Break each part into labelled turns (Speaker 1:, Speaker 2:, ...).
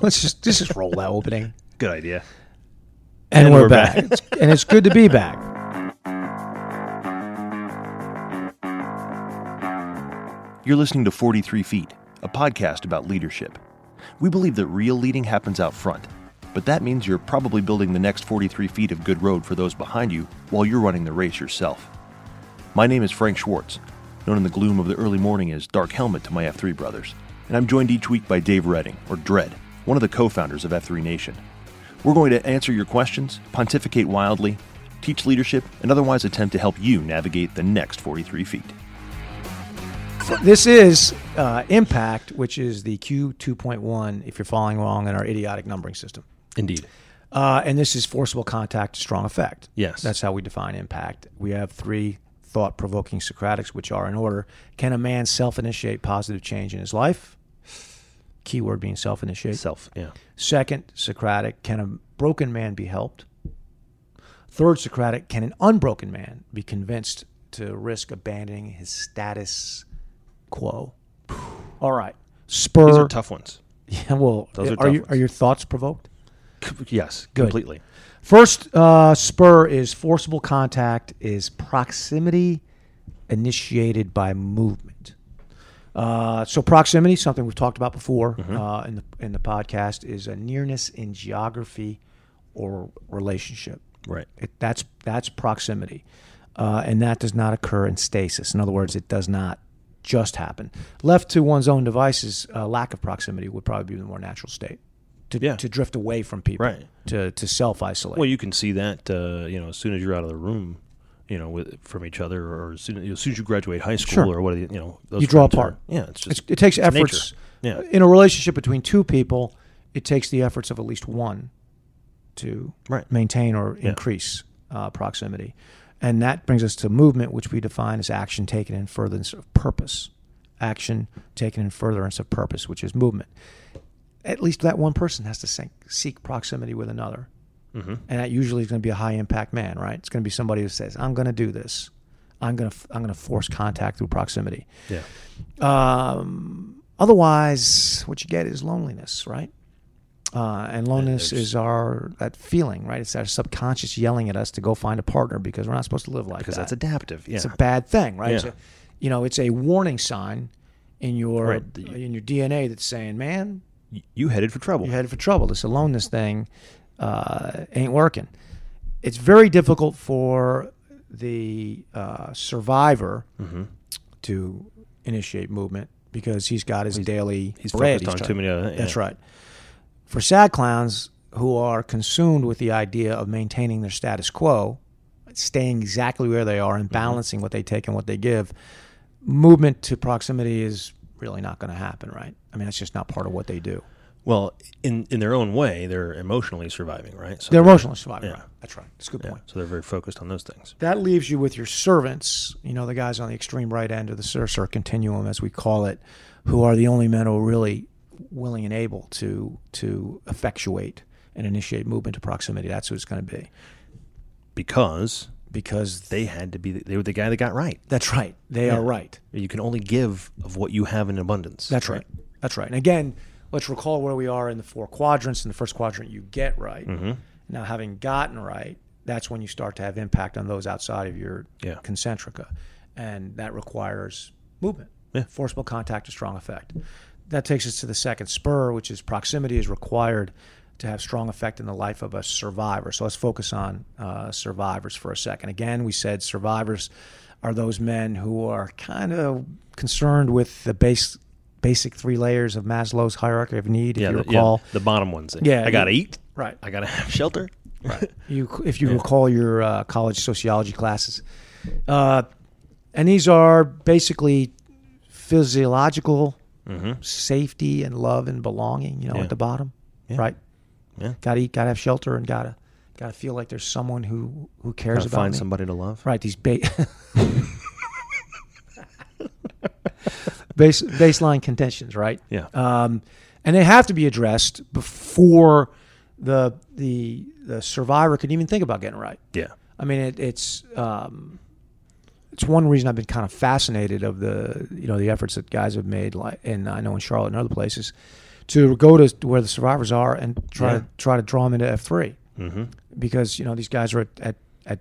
Speaker 1: Let's just let's just roll that opening.
Speaker 2: Good idea.
Speaker 1: And, we're, back. It's- and it's good to be back.
Speaker 2: You're listening to 43 Feet, a podcast about leadership. We believe that real leading happens out front, but that means you're probably building the next 43 feet of good road for those behind you while you're running the race yourself. My name is Frank Schwartz, known in the gloom of the early morning as Dark Helmet to my F3 brothers, and I'm joined each week by Dave Redding, or Dread, one of the co founders of F3 Nation. We're going to answer your questions, pontificate wildly, teach leadership, and otherwise attempt to help you navigate the next 43 feet.
Speaker 1: This is uh, Impact, which is the Q2.1, if you're following along in our idiotic numbering system.
Speaker 3: Indeed.
Speaker 1: Uh, and this is forcible contact, strong effect.
Speaker 3: Yes.
Speaker 1: That's how we define impact. We have three thought provoking Socratics, which are in order. Can a man self initiate positive change in his life? Keyword being self initiate.
Speaker 3: Self. Yeah.
Speaker 1: Second, Socratic, can a broken man be helped? Third, Socratic, can an unbroken man be convinced to risk abandoning his status quo? All right. Spur.
Speaker 3: These are tough ones.
Speaker 1: Yeah, well,
Speaker 3: Those are
Speaker 1: are,
Speaker 3: tough
Speaker 1: you,
Speaker 3: ones.
Speaker 1: are your thoughts provoked?
Speaker 3: C- Yes,
Speaker 1: Good.
Speaker 3: completely.
Speaker 1: First uh, spur is forcible contact, is proximity initiated by movement. Uh, so proximity, something we've talked about before
Speaker 3: Mm-hmm.
Speaker 1: uh, in the in the podcast, is a nearness in geography or relationship.
Speaker 3: Right.
Speaker 1: It, that's that's proximity, uh, and that does not occur in stasis. In other words, it does not just happen. Left to one's own devices, uh, lack of proximity would probably be the more natural state to
Speaker 3: Yeah.
Speaker 1: to drift away from people,
Speaker 3: Right.
Speaker 1: To to self isolate.
Speaker 3: Well, you can see that uh, you know as soon as you're out of the room, you know, with, from each other, or as soon, as soon as you graduate high school,
Speaker 1: Sure.
Speaker 3: or what you know, those
Speaker 1: You draw
Speaker 3: friends are-
Speaker 1: apart.
Speaker 3: yeah, it's
Speaker 1: It's,
Speaker 3: just
Speaker 1: it takes
Speaker 3: it's nature.
Speaker 1: efforts Uh,
Speaker 3: Yeah.
Speaker 1: in a relationship between two people. It takes the efforts of at least one to
Speaker 3: Right.
Speaker 1: maintain or increase uh, proximity, and that brings us to movement, which we define as action taken in furtherance of purpose. Action taken in furtherance of purpose, which is movement. At least that one person has to sink, seek proximity with another,
Speaker 3: Mm-hmm.
Speaker 1: and that usually is going to be a high impact man, right? It's going to be somebody who says, "I'm going to do this. I'm going to I'm going to force contact through proximity."
Speaker 3: Yeah.
Speaker 1: Um, otherwise, what you get is loneliness, right? Uh, and loneliness is our that feeling, right? It's our subconscious yelling at us to go find a partner because we're not supposed to live like
Speaker 3: Because
Speaker 1: that.
Speaker 3: that's adaptive. Yeah.
Speaker 1: It's a bad thing, right? It's
Speaker 3: Yeah.
Speaker 1: a, you know, it's a warning sign in your
Speaker 3: Right.
Speaker 1: in your DNA that's saying, "Man,
Speaker 3: Y- you headed for trouble.
Speaker 1: you're headed for trouble. This aloneness thing uh, ain't working. It's very difficult for the uh, survivor
Speaker 3: Mm-hmm.
Speaker 1: to initiate movement because he's got his daily
Speaker 3: he's
Speaker 1: bread.
Speaker 3: focused on
Speaker 1: trying-
Speaker 3: too many other-
Speaker 1: That's
Speaker 3: yeah.
Speaker 1: right. For sad clowns who are consumed with the idea of maintaining their status quo, staying exactly where they are and
Speaker 3: Mm-hmm.
Speaker 1: balancing what they take and what they give, movement to proximity is really not going to happen, right? I mean, that's just not part of what they do.
Speaker 3: Well, in in their own way, they're emotionally surviving, right? So
Speaker 1: They're emotionally surviving.
Speaker 3: Yeah.
Speaker 1: Right. That's right. That's a good
Speaker 3: yeah,
Speaker 1: point.
Speaker 3: so they're very focused on those things.
Speaker 1: That leaves you with your servants, you know, the guys on the extreme right end of the Sursur continuum, as we call it, who are the only men who are really willing and able to to effectuate and initiate movement to proximity. That's who it's going to be.
Speaker 3: Because
Speaker 1: Because
Speaker 3: they had to be the, they were the guy that got right.
Speaker 1: that's right. They are right.
Speaker 3: You can only give of what you have in abundance.
Speaker 1: That's right. That's right. And again, let's recall where we are in the four quadrants. In the first quadrant, you get right.
Speaker 3: Mm-hmm.
Speaker 1: Now, having gotten right, that's when you start to have impact on those outside of your
Speaker 3: Yeah.
Speaker 1: concentrica. And that requires movement,
Speaker 3: Yeah.
Speaker 1: forcible contact, to strong effect. that takes us to the second spur, which is proximity is required to have strong effect in the life of a survivor. So let's focus on uh, survivors for a second. Again, we said survivors are those men who are kind of concerned with the base basic three layers of Maslow's hierarchy of need, if
Speaker 3: yeah,
Speaker 1: you
Speaker 3: the,
Speaker 1: recall.
Speaker 3: yeah, the bottom ones.
Speaker 1: Yeah,
Speaker 3: I gotta
Speaker 1: you-
Speaker 3: eat.
Speaker 1: Right.
Speaker 3: I gotta have shelter. Right.
Speaker 1: You, if you recall your uh, college sociology classes, uh, and these are basically physiological safety and love and belonging. You know,
Speaker 3: Mm-hmm. Yeah.
Speaker 1: at the bottom, right?
Speaker 3: Yeah.
Speaker 1: Got to eat, got to have shelter, and gotta gotta feel like there's someone who who cares
Speaker 3: Gotta
Speaker 1: about
Speaker 3: find
Speaker 1: me.
Speaker 3: somebody to love.
Speaker 1: Right. These ba- base baseline contentions. Right
Speaker 3: Yeah.
Speaker 1: um, and they have to be addressed before the the the survivor can even think about getting right.
Speaker 3: yeah.
Speaker 1: I mean, it, it's um, it's one reason I've been kind of fascinated of the you know the efforts that guys have made, like and I know in Charlotte and other places, to go to where the survivors are and try
Speaker 3: Yeah.
Speaker 1: to try to draw them into F 3 because you know these guys are at at, at,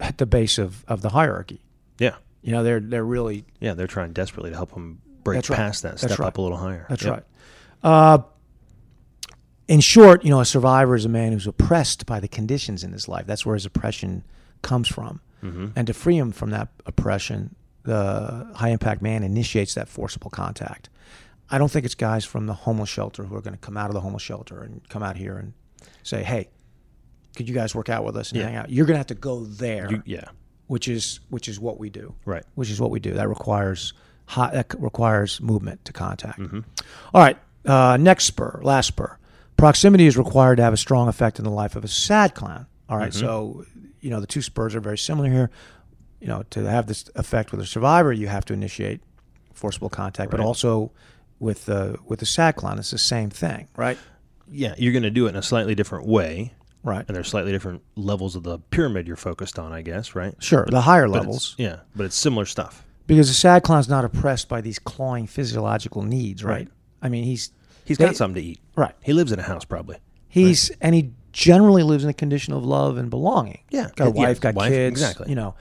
Speaker 1: at the base of, of the hierarchy.
Speaker 3: Yeah.
Speaker 1: You know, they're they're really
Speaker 3: Yeah. They're trying desperately to help them break
Speaker 1: That's right.
Speaker 3: past that,
Speaker 1: That's
Speaker 3: step
Speaker 1: right.
Speaker 3: up a little higher.
Speaker 1: That's
Speaker 3: Yep.
Speaker 1: right. Uh, in short, you know, a survivor is a man who's oppressed by the conditions in his life. That's where his oppression comes from.
Speaker 3: Mm-hmm.
Speaker 1: And to free him from that oppression, the high impact man initiates that forcible contact. I don't think it's guys from the homeless shelter who are going to come out of the homeless shelter and come out here and say, hey, could you guys work out with us and hang out? You're going to have to go there
Speaker 3: You- yeah.
Speaker 1: which is which is what we do.
Speaker 3: Right.
Speaker 1: Which is what we do. That requires hot, that c- requires movement to contact.
Speaker 3: Mm-hmm.
Speaker 1: All right. Uh, next spur, last spur. Proximity is required to have a strong effect in the life of a sad clown. All right,
Speaker 3: Mm-hmm.
Speaker 1: So you know the two spurs are very similar here. You know to have this effect with a survivor, you have to initiate forcible contact, but also with the with the sad clown, it's the same thing. Right.
Speaker 3: Yeah. You're gonna do it in a slightly different way,
Speaker 1: Right.
Speaker 3: and there's slightly different levels of the pyramid you're focused on, I guess. Right.
Speaker 1: Sure. The higher
Speaker 3: But
Speaker 1: levels.
Speaker 3: it's- Yeah. But it's similar stuff.
Speaker 1: Because the sad clown's not oppressed by these clawing physiological needs, right?
Speaker 3: Right.
Speaker 1: I mean, he's
Speaker 3: He's
Speaker 1: They-
Speaker 3: got something to eat.
Speaker 1: right.
Speaker 3: He lives in a house probably.
Speaker 1: He's and he generally lives in a condition of love and belonging.
Speaker 3: Yeah.
Speaker 1: got a
Speaker 3: Yeah,
Speaker 1: wife, got
Speaker 3: wife,
Speaker 1: kids,
Speaker 3: exactly.
Speaker 1: You know,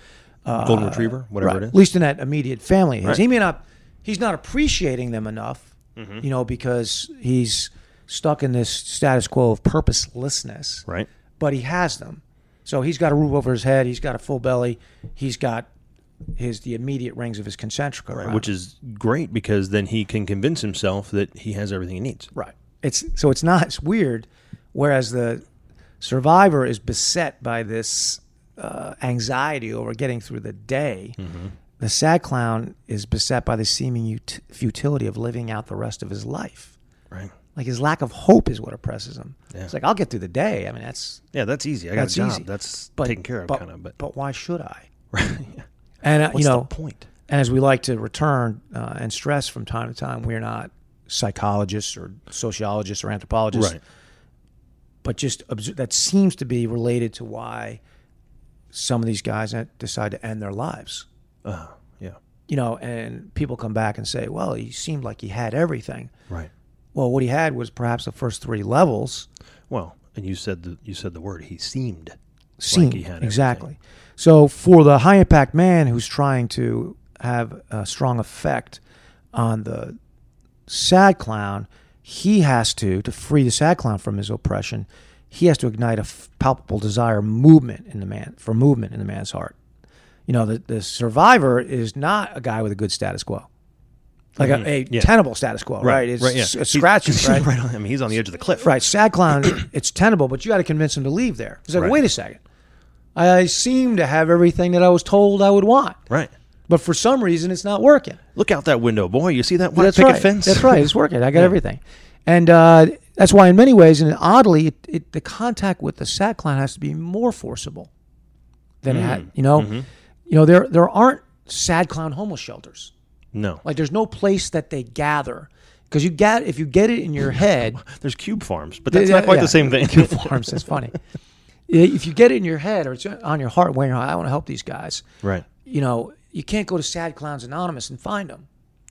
Speaker 3: Golden retriever, whatever
Speaker 1: Uh, right.
Speaker 3: it is.
Speaker 1: At least in that immediate family, of his.
Speaker 3: Right.
Speaker 1: he may not. He's not appreciating them enough,
Speaker 3: Mm-hmm.
Speaker 1: you know, because he's stuck in this status quo of purposelessness.
Speaker 3: Right.
Speaker 1: But he has them, so he's got a roof over his head. He's got a full belly. He's got his the immediate rings of his concentric around.
Speaker 3: Which is great because then he can convince himself that he has everything he needs.
Speaker 1: Right. It's so it's not it's weird, whereas the survivor is beset by this uh, anxiety over getting through the day.
Speaker 3: Mm-hmm.
Speaker 1: The sad clown is beset by the seeming ut- futility of living out the rest of his life.
Speaker 3: Right.
Speaker 1: Like his lack of hope is what oppresses him. It's like I'll get through the day. I mean, that's
Speaker 3: Yeah, that's easy. I got
Speaker 1: That's
Speaker 3: a job.
Speaker 1: easy.
Speaker 3: That's
Speaker 1: but,
Speaker 3: taken care of,
Speaker 1: but,
Speaker 3: kind of. But,
Speaker 1: but why should I?
Speaker 3: right.
Speaker 1: And uh,
Speaker 3: What's
Speaker 1: you know,
Speaker 3: the point?
Speaker 1: and as we like to return uh, and stress from time to time, we're not psychologists or sociologists or anthropologists.
Speaker 3: Right.
Speaker 1: but just obs- that seems to be related to why some of these guys en- decide to end their lives.
Speaker 3: Uh, yeah.
Speaker 1: You know, and people come back and say, "Well, he seemed like he had everything."
Speaker 3: Right.
Speaker 1: Well, what he had was perhaps the first three levels.
Speaker 3: Well, and you said the you said the word. He seemed.
Speaker 1: Seemed
Speaker 3: he had
Speaker 1: exactly. So for the high impact man who's trying to have a strong effect on the sad clown, he has to to free the sad clown from his oppression. He has to ignite a f- palpable desire, movement in the man for movement in the man's heart. You know, the, the survivor is not a guy with a good status quo, like a, a
Speaker 3: Mm-hmm. Yeah.
Speaker 1: tenable status quo, right? It's,
Speaker 3: right. Yeah.
Speaker 1: it's
Speaker 3: He's-
Speaker 1: scratchy,
Speaker 3: he's
Speaker 1: right?
Speaker 3: right on, I mean, he's on the edge of the cliff.
Speaker 1: Right, sad clown, it's tenable, but you got to convince him to leave there. He's like,
Speaker 3: Right.
Speaker 1: wait a second. I seem to have everything that I was told I would want,
Speaker 3: Right.
Speaker 1: but for some reason it's not working.
Speaker 3: Look out that window, boy. You see that white
Speaker 1: that's
Speaker 3: picket
Speaker 1: right.
Speaker 3: fence?
Speaker 1: That's right. It's working. I got everything, and uh, that's why in many ways and oddly, it, it, the contact with the sad clown has to be more forcible than it had. You know, you know there there aren't sad clown homeless shelters.
Speaker 3: No.
Speaker 1: Like there's no place that they gather because you get if you get it in your head.
Speaker 3: There's cube farms, but that's not
Speaker 1: Yeah,
Speaker 3: quite
Speaker 1: yeah.
Speaker 3: the same thing.
Speaker 1: Cube farms. That's funny. Yeah, If you get it in your head or it's on your heart, where you're, I want to help these guys.
Speaker 3: Right.
Speaker 1: You know, you can't go to Sad Clowns Anonymous and find them.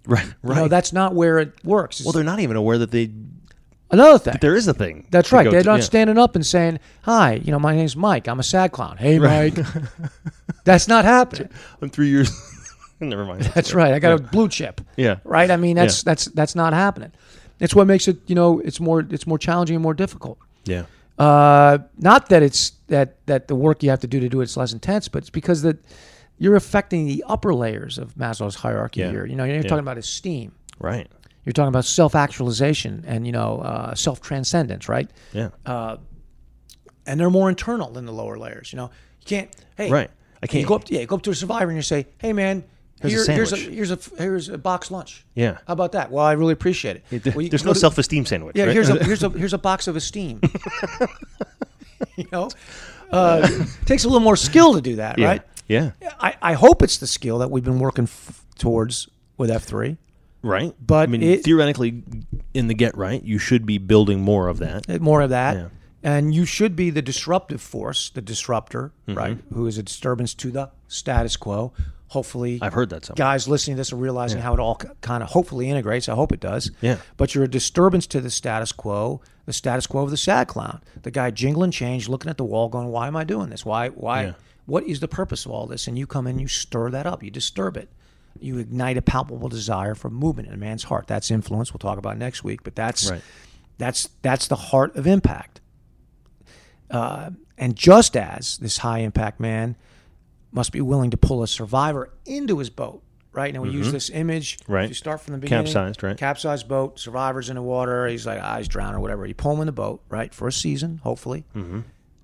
Speaker 3: Right. Right.
Speaker 1: You know, that's not where it works. It's
Speaker 3: well, they're not even aware that they
Speaker 1: another thing.
Speaker 3: there is a thing.
Speaker 1: That's
Speaker 3: to
Speaker 1: right.
Speaker 3: go
Speaker 1: They're
Speaker 3: to.
Speaker 1: not
Speaker 3: Yeah.
Speaker 1: standing up and saying, "Hi, you know, my name's Mike. I'm a sad clown." Hey, Mike. that's not happening.
Speaker 3: I'm three years. Never mind.
Speaker 1: That's right. I got a blue chip.
Speaker 3: Yeah.
Speaker 1: Right. I mean, that's that's that's not happening. It's what makes it you know it's more it's more challenging and more difficult.
Speaker 3: Yeah.
Speaker 1: Uh, not that it's that that the work you have to do to do it's less intense, but it's because that you're affecting the upper layers of Maslow's hierarchy
Speaker 3: Yeah.
Speaker 1: here. You know, you're talking about esteem.
Speaker 3: Right.
Speaker 1: You're talking about self-actualization and you know uh, self-transcendence, right?
Speaker 3: Yeah.
Speaker 1: Uh, And they're more internal than the lower layers. You know, you can't. Hey,
Speaker 3: Right. I
Speaker 1: You
Speaker 3: can't-
Speaker 1: go up. To, yeah, you go up to a survivor and you say, "Hey, man,
Speaker 3: Here's a
Speaker 1: here- here's a
Speaker 3: sandwich.
Speaker 1: here's a here's a box lunch.
Speaker 3: Yeah.
Speaker 1: how about that? Well, I really appreciate it.
Speaker 3: It- th-
Speaker 1: Well, you
Speaker 3: there's
Speaker 1: can
Speaker 3: no
Speaker 1: go to-
Speaker 3: self-esteem sandwich.
Speaker 1: Yeah,
Speaker 3: right?
Speaker 1: here's a here's a here's a box of esteem. you know, uh, takes a little more skill to do that,
Speaker 3: yeah.
Speaker 1: right?
Speaker 3: Yeah.
Speaker 1: I, I hope it's the skill that we've been working f- towards with F three.
Speaker 3: Right.
Speaker 1: But
Speaker 3: I mean,
Speaker 1: it-
Speaker 3: theoretically, in the get right, you should be building more of that.
Speaker 1: Uh, More of that,
Speaker 3: Yeah.
Speaker 1: and you should be the disruptive force, the disruptor,
Speaker 3: Mm-hmm.
Speaker 1: right? Who is a disturbance to the status quo. Hopefully,
Speaker 3: I've heard that somewhere.
Speaker 1: guys listening to this are realizing how it all kind of hopefully integrates. I hope it does.
Speaker 3: Yeah.
Speaker 1: But you're a disturbance to the status quo, the status quo of the sad clown, the guy jingling change, looking at the wall, going, "Why am I doing this? Why? Why?
Speaker 3: Yeah.
Speaker 1: What is the purpose of all this?" And you come in, you stir that up, you disturb it, you ignite a palpable desire for movement in a man's heart. That's influence. We'll talk about next week, but that's
Speaker 3: Right.
Speaker 1: that's that's the heart of impact. Uh, And just as this high impact man must be willing to pull a survivor into his boat, right? Now we use this image.
Speaker 3: Mm-hmm. Right.
Speaker 1: If you start from the beginning.
Speaker 3: Capsized, right?
Speaker 1: Capsized boat, survivor's in the water. He's like, ah, he's drowning or whatever. You pull him in the boat, right? For a season, hopefully. Mm-hmm.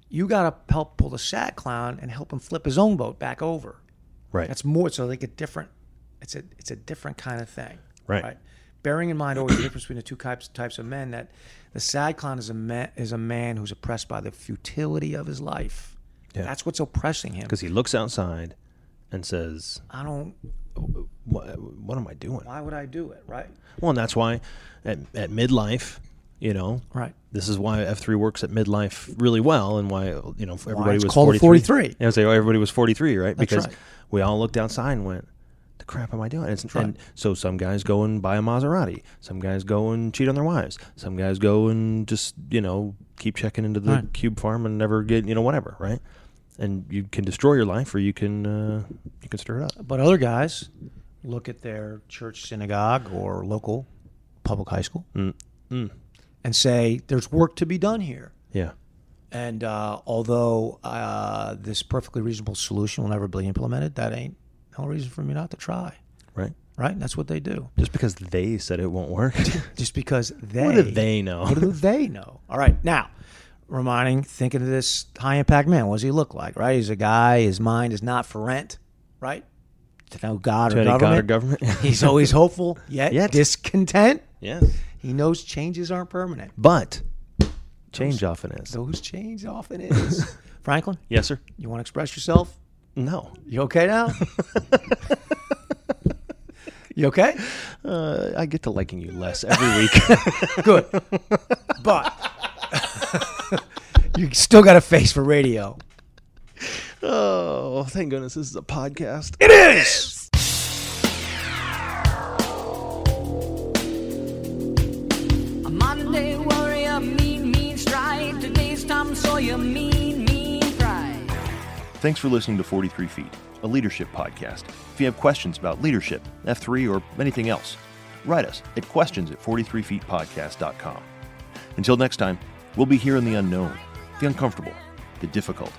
Speaker 1: You got to help pull the sad clown and help him flip his own boat back over.
Speaker 3: Right.
Speaker 1: That's more, so like a different, it's a, it's a different kind of thing.
Speaker 3: Right.
Speaker 1: Bearing in mind always the difference between the two types, types of men that the sad clown is a man, is a man who's oppressed by the futility of his life. That's what's oppressing him.
Speaker 3: Because he looks outside and says,
Speaker 1: I don't.
Speaker 3: what, what am I doing?
Speaker 1: Why would I do it? Right.
Speaker 3: Well, and that's why at, at midlife, you know,
Speaker 1: Right.
Speaker 3: this is why F three works at midlife really well, and why you know everybody
Speaker 1: it's
Speaker 3: was
Speaker 1: called a 43.
Speaker 3: And I say, oh, everybody was forty three, right? because
Speaker 1: right.
Speaker 3: we all looked outside and went, "The crap am I doing?" It's, And so some guys go and buy a Maserati, some guys go and cheat on their wives, some guys go and just you know keep checking into the
Speaker 1: Right.
Speaker 3: cube farm and never get you know whatever, right? And you can destroy your life, or you can uh, you can stir it up.
Speaker 1: But other guys look at their church, synagogue, or local public high school Mm. and say, "There's work to be done here."
Speaker 3: Yeah,
Speaker 1: And uh, although uh, this perfectly reasonable solution will never be implemented, that ain't no reason for me not to try.
Speaker 3: right.
Speaker 1: Right? And that's what they do.
Speaker 3: Just because they said it won't work,
Speaker 1: Just because they.
Speaker 3: what do they know?
Speaker 1: What do they know? All right, now reminding, thinking of this high impact man. What does he look like? Right, he's a guy. His mind is not for rent. Right, to know God
Speaker 3: To
Speaker 1: or
Speaker 3: any God
Speaker 1: government.
Speaker 3: or government?
Speaker 1: he's always hopeful yet,
Speaker 3: Yet.
Speaker 1: discontent.
Speaker 3: yeah.
Speaker 1: He knows changes aren't permanent.
Speaker 3: But change often is.
Speaker 1: Those change often is. Franklin,
Speaker 3: Yes, sir.
Speaker 1: you want to express yourself?
Speaker 3: No.
Speaker 1: You okay now? you okay?
Speaker 3: Uh, I get to liking you less every week.
Speaker 1: Good. But you still got a face for radio.
Speaker 3: oh, thank goodness this is a podcast.
Speaker 4: A modern day warrior, mean, mean stride. Today's Tom Sawyer, mean, mean pride.
Speaker 2: Thanks for listening to 43 Feet, a leadership podcast. If you have questions about leadership, F3, or anything else, write us at questions at 43feetpodcast.com. Until next time, we'll be here in the unknown, the uncomfortable, the difficult,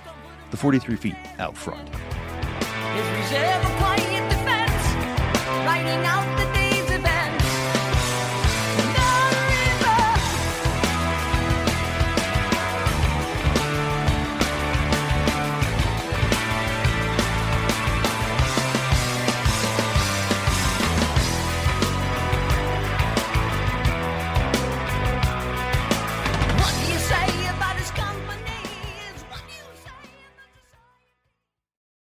Speaker 2: the 43 feet out front.
Speaker 4: His reserve of quiet defense, riding out